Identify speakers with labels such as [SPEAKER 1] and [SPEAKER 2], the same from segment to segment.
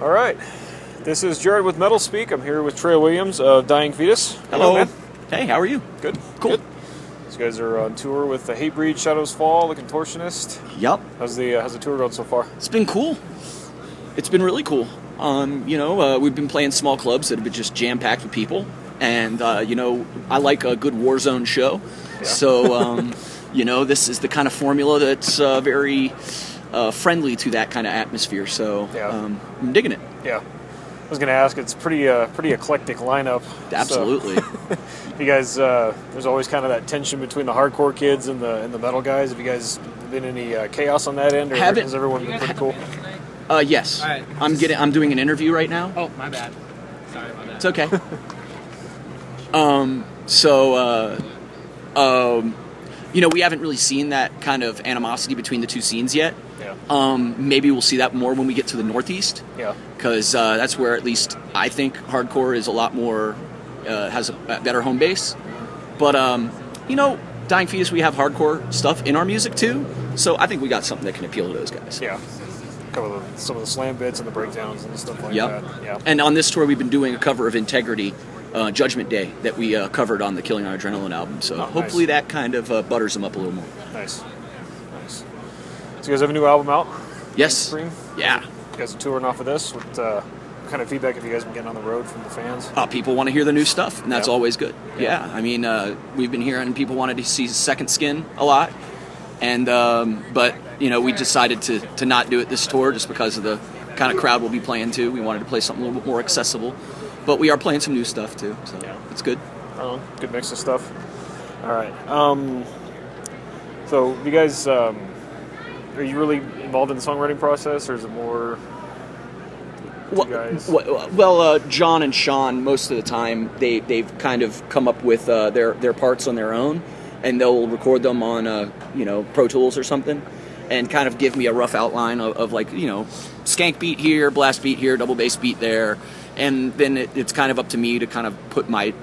[SPEAKER 1] All right. This is Jared with Metal Speak. I'm here with Trey Williams of Dying Fetus. man.
[SPEAKER 2] Hey, how are you?
[SPEAKER 1] Good.
[SPEAKER 2] Cool.
[SPEAKER 1] Good. These guys are on tour with the Hatebreed, Shadows Fall, The Contortionist.
[SPEAKER 2] Yup.
[SPEAKER 1] How's the uh, how's the tour going so far?
[SPEAKER 2] It's been cool. It's been really cool. Um, you know, uh, we've been playing small clubs that have been just jam packed with people, and uh, you know, I like a good Warzone show. So, um, you know, this is the kind of formula that's uh, very uh, friendly to that kind of atmosphere. So,
[SPEAKER 1] Yeah.
[SPEAKER 2] um, I'm digging it.
[SPEAKER 1] Yeah. I was going to ask. It's pretty uh, pretty eclectic lineup. So,
[SPEAKER 2] Absolutely.
[SPEAKER 1] you guys, uh, there's always kind of that tension between the hardcore kids and the and the metal guys. Have you guys been any uh, chaos on that end, or
[SPEAKER 2] Haven't-
[SPEAKER 1] has everyone been pretty cool?
[SPEAKER 2] uh, yes.
[SPEAKER 3] All right.
[SPEAKER 2] I'm getting. I'm doing an interview right now.
[SPEAKER 3] Oh, my bad. Sorry about that.
[SPEAKER 2] It's okay. um, so, uh, um, you know, we haven't really seen that kind of animosity between the two scenes yet.
[SPEAKER 1] Yeah.
[SPEAKER 2] Um, maybe we'll see that more when we get to the Northeast,
[SPEAKER 1] Yeah.
[SPEAKER 2] because uh, that's where at least I think hardcore is a lot more uh, has a better home base. But um, you know, Dying Fetus, we have hardcore stuff in our music too, so I think we got something that can appeal to those guys.
[SPEAKER 1] Yeah. Couple of the, some of the slam bits and the breakdowns and stuff like
[SPEAKER 2] Yep.
[SPEAKER 1] that. Yeah.
[SPEAKER 2] And on this tour, we've been doing a cover of Integrity, uh, Judgment Day, that we uh, covered on the Killing on Adrenaline album. So
[SPEAKER 1] Oh, nice.
[SPEAKER 2] hopefully that kind of uh, butters them up a little more.
[SPEAKER 1] Nice. Nice. So you guys have a new album out?
[SPEAKER 2] Yes.
[SPEAKER 1] Spring?
[SPEAKER 2] Yeah.
[SPEAKER 1] You guys are touring off of this. What uh, what kind of feedback have you guys been getting on the road from the fans?
[SPEAKER 2] Uh, people want to hear the new stuff, and that's
[SPEAKER 1] Yeah.
[SPEAKER 2] always good. Yeah. I mean, uh, we've been hearing people wanted to see Second Skin a lot, and um, but you know we decided to to not do it this tour just because of the kind of crowd we'll be playing to. We wanted to play something a little bit more accessible, but we are playing some new stuff too, so
[SPEAKER 1] Yeah.
[SPEAKER 2] it's good.
[SPEAKER 1] Oh, good mix of stuff. All right. Um, so you guys, um, are you really involved in the songwriting process, or is it more?
[SPEAKER 2] Well,
[SPEAKER 1] guys?
[SPEAKER 2] well, well, uh, John and Sean, most of the time, they they've kind of come up with uh, their their parts on their own, and they'll record them on uh, you know Pro Tools or something, and kind of give me a rough outline of, of like you know skank beat here, blast beat here, double bass beat there, and then it, it's kind of up to me to kind of put my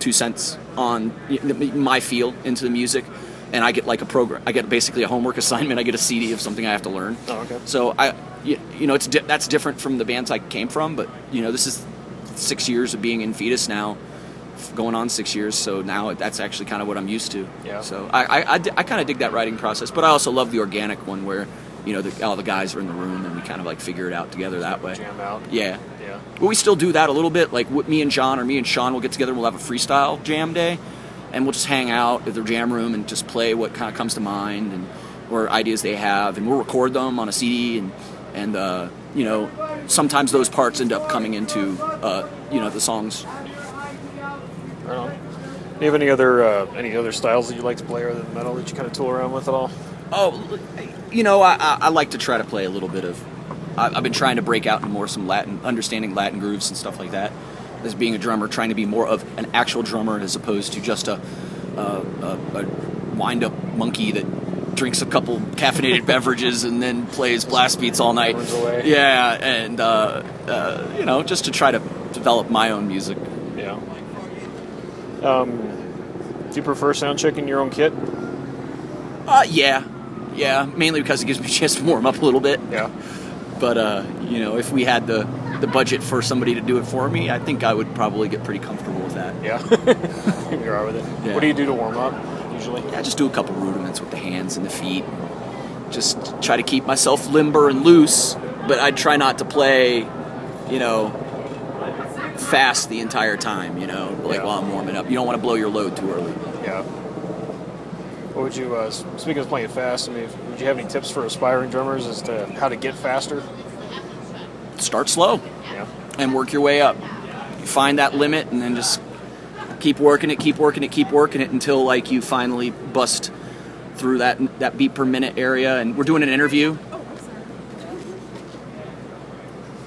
[SPEAKER 2] two cents on y- my feel into the music. And I get like a program. I get basically a homework assignment. I get a CD of something I have to learn.
[SPEAKER 1] Oh, okay.
[SPEAKER 2] So I, you, you know, it's di- that's different from the bands I came from, but you know, this is six years of being in Fetus now, f- going on six years. So now that's actually kind of what I'm used to.
[SPEAKER 1] Yeah.
[SPEAKER 2] So I, I, kind of dig that writing process, but I also love the organic one where, you know, the, all the guys are in the room and we kind of like figure it out together that way.
[SPEAKER 1] Jam out.
[SPEAKER 2] Yeah.
[SPEAKER 1] Yeah.
[SPEAKER 2] But we still do that a little bit. Like wh- me and John or me and Sean will get together and we'll have a freestyle jam day, and we'll just hang out at the jam room and just play what kind of comes to mind and or ideas they have, and we'll record them on a CD and and uh, you know sometimes those parts end up coming into uh, you know the songs.
[SPEAKER 1] Right on. Do you have any other uh, any other styles that you like to play other than metal that you kind of tool around with at all?
[SPEAKER 2] Oh, you know I, I, I like to try to play a little bit of. I, I've been trying to break out into more some Latin, understanding Latin grooves and stuff like that. As being a drummer, trying to be more of an actual drummer as opposed to just a a, a wind up monkey that drinks a couple caffeinated beverages and then plays blast beats all night.
[SPEAKER 1] Runs away.
[SPEAKER 2] Yeah, and uh, uh, you know, just to try to develop my own music.
[SPEAKER 1] Yeah. Um, do you prefer sound checking your own kit?
[SPEAKER 2] Uh, yeah, yeah, mainly because it gives me a chance to warm up a little bit.
[SPEAKER 1] Yeah.
[SPEAKER 2] But uh, you know, if we had the the budget for somebody to do it for me, I think I would probably get pretty comfortable with that.
[SPEAKER 1] Yeah. You're all right with it.
[SPEAKER 2] Yeah.
[SPEAKER 1] What do you do to warm up usually?
[SPEAKER 2] Yeah, just do a couple rudiments with the hands and the feet. Just try to keep myself limber and loose, but I try not to play, you know, fast the entire time. You know, like
[SPEAKER 1] Yeah.
[SPEAKER 2] while I'm warming up, you don't want to blow your load too early.
[SPEAKER 1] Yeah. What would you, uh, s- speaking of playing fast, I mean, if- would you have any tips for aspiring drummers as to how to get faster?
[SPEAKER 2] Start slow.
[SPEAKER 1] Yeah.
[SPEAKER 2] and work your way up. Find that limit and then just keep working it, keep working it, keep working it until like you finally bust through that that beat per minute area. And we're doing an interview.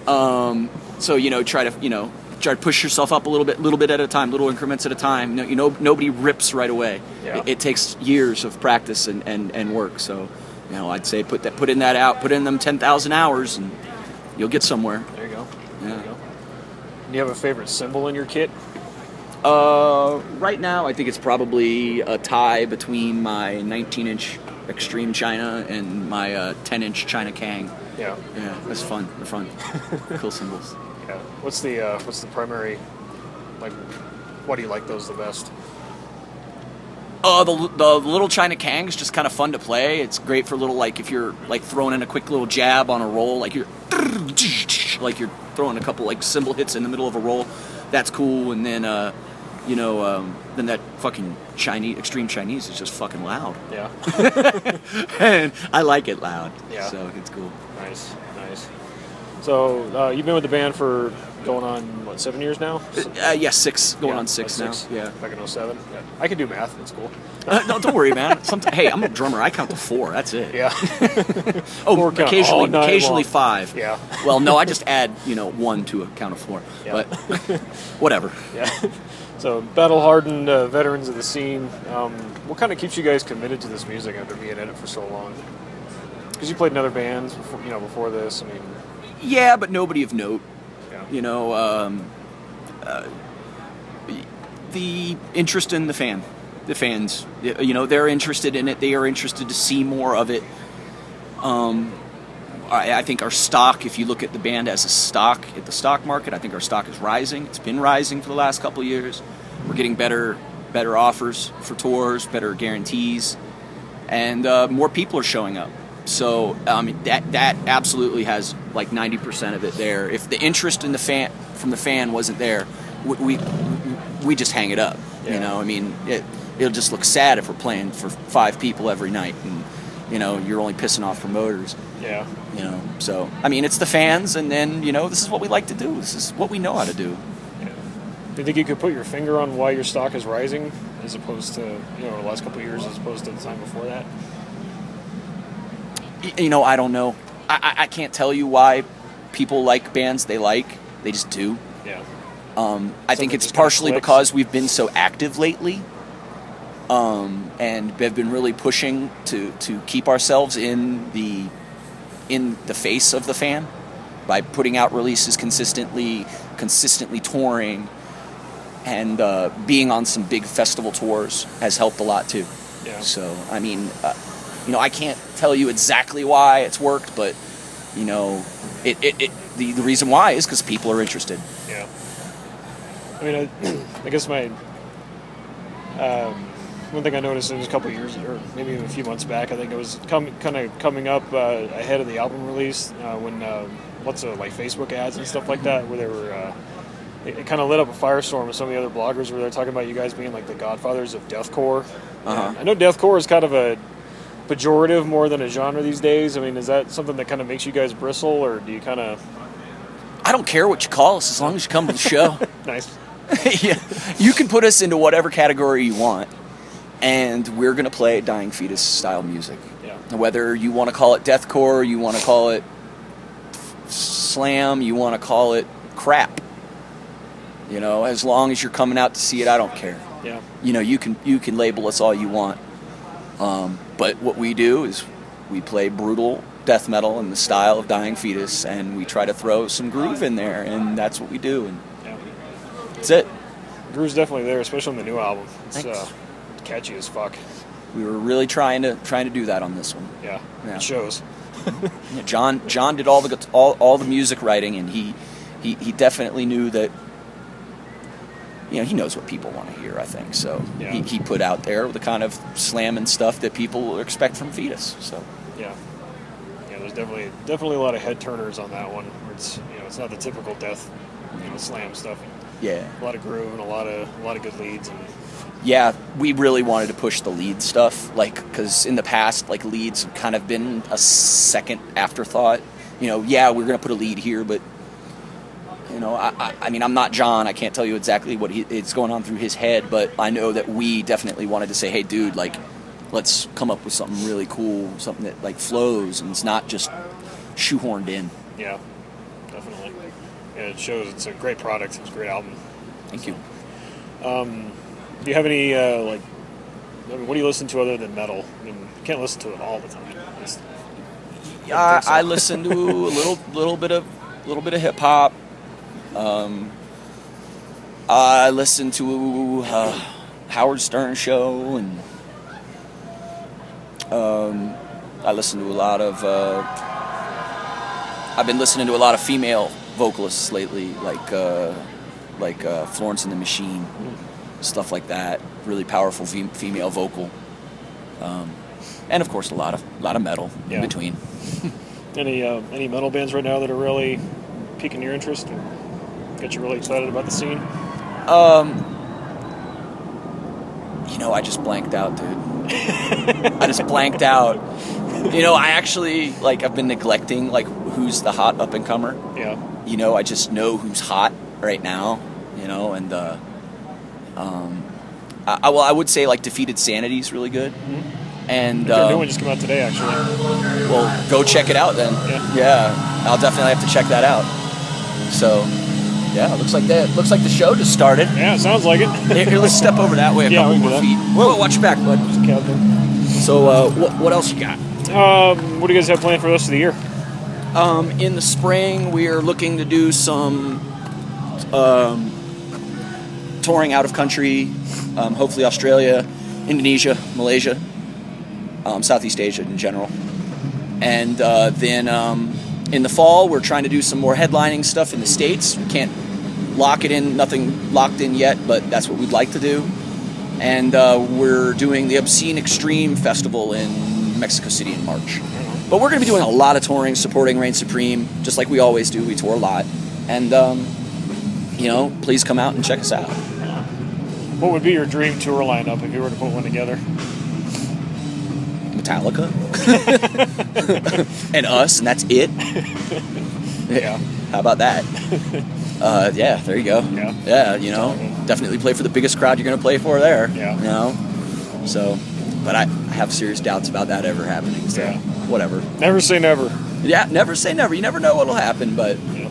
[SPEAKER 2] Um, Um, so you know, try to you know try to push yourself up a little bit, little bit at a time, little increments at a time. No, you know, nobody rips right away.
[SPEAKER 1] Yeah.
[SPEAKER 2] It, it takes years of practice and, and, and work. So you know, I'd say put that put in that out, put in them ten thousand hours, and you'll get somewhere.
[SPEAKER 1] There you go. There
[SPEAKER 2] Yeah.
[SPEAKER 1] you go. Do you have a favorite symbol in your kit?
[SPEAKER 2] Uh, right now, I think it's probably a tie between my 19 inch Extreme China and my uh, 10-inch China Kang.
[SPEAKER 1] Yeah.
[SPEAKER 2] Yeah, that's fun. They're fun. cool symbols.
[SPEAKER 1] Yeah. What's the uh, what's the primary like? Why do you like those the best?
[SPEAKER 2] Uh, the, the little China Kang is just kind of fun to play. It's great for little like if you're like throwing in a quick little jab on a roll, like you're like you're throwing a couple like cymbal hits in the middle of a roll. That's cool. And then uh, you know um, then that fucking Chinese extreme Chinese is just fucking loud,
[SPEAKER 1] Yeah.
[SPEAKER 2] and I like it loud.
[SPEAKER 1] Yeah.
[SPEAKER 2] So it's cool.
[SPEAKER 1] nice. Nice. So uh, you've been with the band for going on what seven years now?
[SPEAKER 2] Uh, yeah, six going
[SPEAKER 1] Yeah,
[SPEAKER 2] on six now.
[SPEAKER 1] like
[SPEAKER 2] Yeah.
[SPEAKER 1] Back in 07. Yeah. I can do math. That's cool.
[SPEAKER 2] Uh, no, don't worry, man. Somet hey, I'm a drummer. I count to four. That's it.
[SPEAKER 1] Yeah.
[SPEAKER 2] Oh,
[SPEAKER 1] Four count all
[SPEAKER 2] occasionally,
[SPEAKER 1] night
[SPEAKER 2] occasionally
[SPEAKER 1] long.
[SPEAKER 2] five.
[SPEAKER 1] Yeah.
[SPEAKER 2] Well, no, I just add you know one to a count of four.
[SPEAKER 1] Yeah.
[SPEAKER 2] But whatever.
[SPEAKER 1] yeah. So battle hardened uh, veterans of the scene. Um, what kind of keeps you guys committed to this music after being in it for so long? Because you played in other bands, before, you know, before this. I mean,
[SPEAKER 2] Yeah, but nobody of note.
[SPEAKER 1] yeah.
[SPEAKER 2] You know, um, uh, the interest in the fan, the fans. You know, they're interested in it. They are interested to see more of it. I, I think our stock, if you look at the band as a stock at the stock market, I think our stock is rising. It's been rising for the last couple of years. We're getting better, better offers for tours, better guarantees, and uh, more people are showing up. So um, that that absolutely has like ninety percent of it there. If the interest in the fan from the fan wasn't there, we we, we just hang it up.
[SPEAKER 1] Yeah.
[SPEAKER 2] You know, I mean, it it'll just look sad if we're playing for five people every night, and you know, you're only pissing off promoters
[SPEAKER 1] Yeah.
[SPEAKER 2] you know so i mean it's the fans and then you know this is what we like to do this is what we know how to do
[SPEAKER 1] Yeah. Do you think you could put your finger on why your stock is rising, as opposed to you know the last couple of years, as opposed to the time before that?
[SPEAKER 2] Y- you know i don't know I, I, I can't tell you why people like bands they like they just do
[SPEAKER 1] Yeah.
[SPEAKER 2] um, i
[SPEAKER 1] Something
[SPEAKER 2] think it's
[SPEAKER 1] just kinda
[SPEAKER 2] partially
[SPEAKER 1] clicks.
[SPEAKER 2] because we've been so active lately um, and have been really pushing to to keep ourselves in the in the face of the fan by putting out releases consistently, consistently touring, and uh, being on some big festival tours has helped a lot too.
[SPEAKER 1] Yeah.
[SPEAKER 2] So I mean, uh, you know, I can't tell you exactly why it's worked, but you know, it, it, it the, the reason why is because people are interested.
[SPEAKER 1] Yeah. I mean, I, I guess my um, one thing I noticed it was a couple years, or maybe even a few months back. I think it was com- kind of coming up uh, ahead of the album release uh, when uh, lots of like Facebook ads and stuff like that, where they were. Uh, it, it kind of lit up a firestorm with some of the other bloggers where they're talking about you guys being like the godfathers of deathcore.
[SPEAKER 2] Uh-huh.
[SPEAKER 1] I know deathcore is kind of a pejorative more than a genre these days. I mean, is that something that kind of makes you guys bristle, or do you kind of
[SPEAKER 2] I don't care what you call us as long as you come to the show.
[SPEAKER 1] nice?
[SPEAKER 2] yeah. You can put us into whatever category you want, and we're going to play dying fetus style music.
[SPEAKER 1] Yeah.
[SPEAKER 2] Whether you want to call it deathcore, you want to call it slam, you want to call it crap. You know, as long as you're coming out to see it, I don't care.
[SPEAKER 1] Yeah.
[SPEAKER 2] You know, you can you can label us all you want. Um, but what we do is we play brutal death metal in the style of dying fetus and we try to throw some groove in there and that's what we do and
[SPEAKER 1] Yeah.
[SPEAKER 2] that's it.
[SPEAKER 1] Groove's definitely there, especially on the new album. It's
[SPEAKER 2] Thanks.
[SPEAKER 1] uh, catchy as fuck.
[SPEAKER 2] We were really trying to trying to do that on this one.
[SPEAKER 1] Yeah,
[SPEAKER 2] Yeah.
[SPEAKER 1] it shows.
[SPEAKER 2] Yeah, John John did all the gu- all, all the music writing, and he, he he definitely knew that. You know, he knows what people want to hear. I think so.
[SPEAKER 1] Yeah.
[SPEAKER 2] He, he put out there the kind of slamming stuff that people expect from Fetus. So
[SPEAKER 1] Yeah, yeah. There's definitely definitely a lot of head turners on that one. Where it's you know it's not the typical death, you know, slam stuff.
[SPEAKER 2] yeah,
[SPEAKER 1] A lot of groove and a lot of a lot of good leads and
[SPEAKER 2] yeah. We really wanted to push the lead stuff, like because in the past, like leads have kind of been a second afterthought. You know, yeah, we're gonna put a lead here, but You know, I, I, I mean, I'm not John. I can't tell you exactly what he, it's going on through his head, but I know that we definitely wanted to say, "Hey, dude, like, let's come up with something really cool, something that like flows and it's not just shoehorned in."
[SPEAKER 1] yeah, definitely. Yeah, it shows. It's a great product. It's a great album.
[SPEAKER 2] Thank you.
[SPEAKER 1] Do you have any uh, like? I mean, what do you listen to other than metal? I mean, you can't listen to it all the time. It's-
[SPEAKER 2] I,
[SPEAKER 1] think so.
[SPEAKER 2] I listen to a little little bit of little bit of hip hop. Um, I listen to uh, Howard Stern show and I listen to a lot of. Uh, I've been listening to a lot of female vocalists lately, like uh, like uh, Florence and the Machine, stuff like that. Really powerful fem- female vocal, um, and of course a lot of a lot of metal
[SPEAKER 1] Yeah.
[SPEAKER 2] in between.
[SPEAKER 1] Any uh, any metal bands right now that are really piquing your interest? Or get you really excited about the scene?
[SPEAKER 2] You know, I just blanked out, dude. I just blanked out. You know, I actually like I've been neglecting like who's the hot up and comer.
[SPEAKER 1] Yeah.
[SPEAKER 2] you know, I just know who's hot right now, you know, and uh, um, I, I, well, I would say like Defeated Sanity is really good, and
[SPEAKER 1] Their Mm-hmm. new
[SPEAKER 2] um,
[SPEAKER 1] one just came out today, actually.
[SPEAKER 2] well, go check it out then.
[SPEAKER 1] Yeah.
[SPEAKER 2] I'll definitely have to check that out. So, yeah, looks like that. Looks like the show just started.
[SPEAKER 1] Yeah, it sounds like it.
[SPEAKER 2] Here, here, let's step over that way a
[SPEAKER 1] Yeah,
[SPEAKER 2] couple
[SPEAKER 1] we can
[SPEAKER 2] more
[SPEAKER 1] do
[SPEAKER 2] feet. Whoa, watch your back, bud.
[SPEAKER 1] Captain.
[SPEAKER 2] So, uh, what, what else you got?
[SPEAKER 1] Um, what do you guys have planned for the rest of the year?
[SPEAKER 2] Um, in the spring, we are looking to do some um, touring out of country, um, hopefully Australia, Indonesia, Malaysia, um, Southeast Asia in general. And uh, then um, in the fall, we're trying to do some more headlining stuff in the States. We can't lock it in, nothing locked in yet, but that's what we'd like to do. And uh, we're doing the Obscene Extreme Festival in Mexico City in March. But we're going to be doing a lot of touring, supporting Reign Supreme, just like we always do. We tour a lot. And, um, you know, please come out and check us out.
[SPEAKER 1] What would be your dream tour lineup if you were to put one together?
[SPEAKER 2] Metallica. and us, and that's it.
[SPEAKER 1] Yeah.
[SPEAKER 2] How about that? Uh, yeah, there you go.
[SPEAKER 1] Yeah.
[SPEAKER 2] you know, definitely play for the biggest crowd you're going to play for there.
[SPEAKER 1] Yeah.
[SPEAKER 2] You know? So, but I, I have serious doubts about that ever happening. So,
[SPEAKER 1] Yeah.
[SPEAKER 2] whatever.
[SPEAKER 1] Never say never.
[SPEAKER 2] Yeah, never say never. You never know what'll happen, but
[SPEAKER 1] Yeah.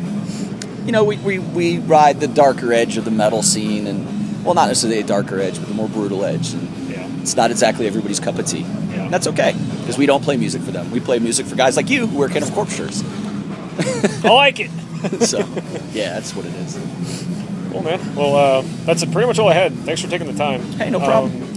[SPEAKER 2] you know, we, we, we ride the darker edge of the metal scene and well not necessarily a darker edge, but the more brutal edge and
[SPEAKER 1] Yeah.
[SPEAKER 2] it's not exactly everybody's cup of tea.
[SPEAKER 1] Yeah.
[SPEAKER 2] That's okay, because we don't play music for them. We play music for guys like you who wear kind of corpsures.
[SPEAKER 1] I like it.
[SPEAKER 2] so yeah, that's what it is.
[SPEAKER 1] Cool, man. Well, uh, that's it, pretty much all I had. Thanks for taking the time.
[SPEAKER 2] Hey, no problem.
[SPEAKER 1] Um,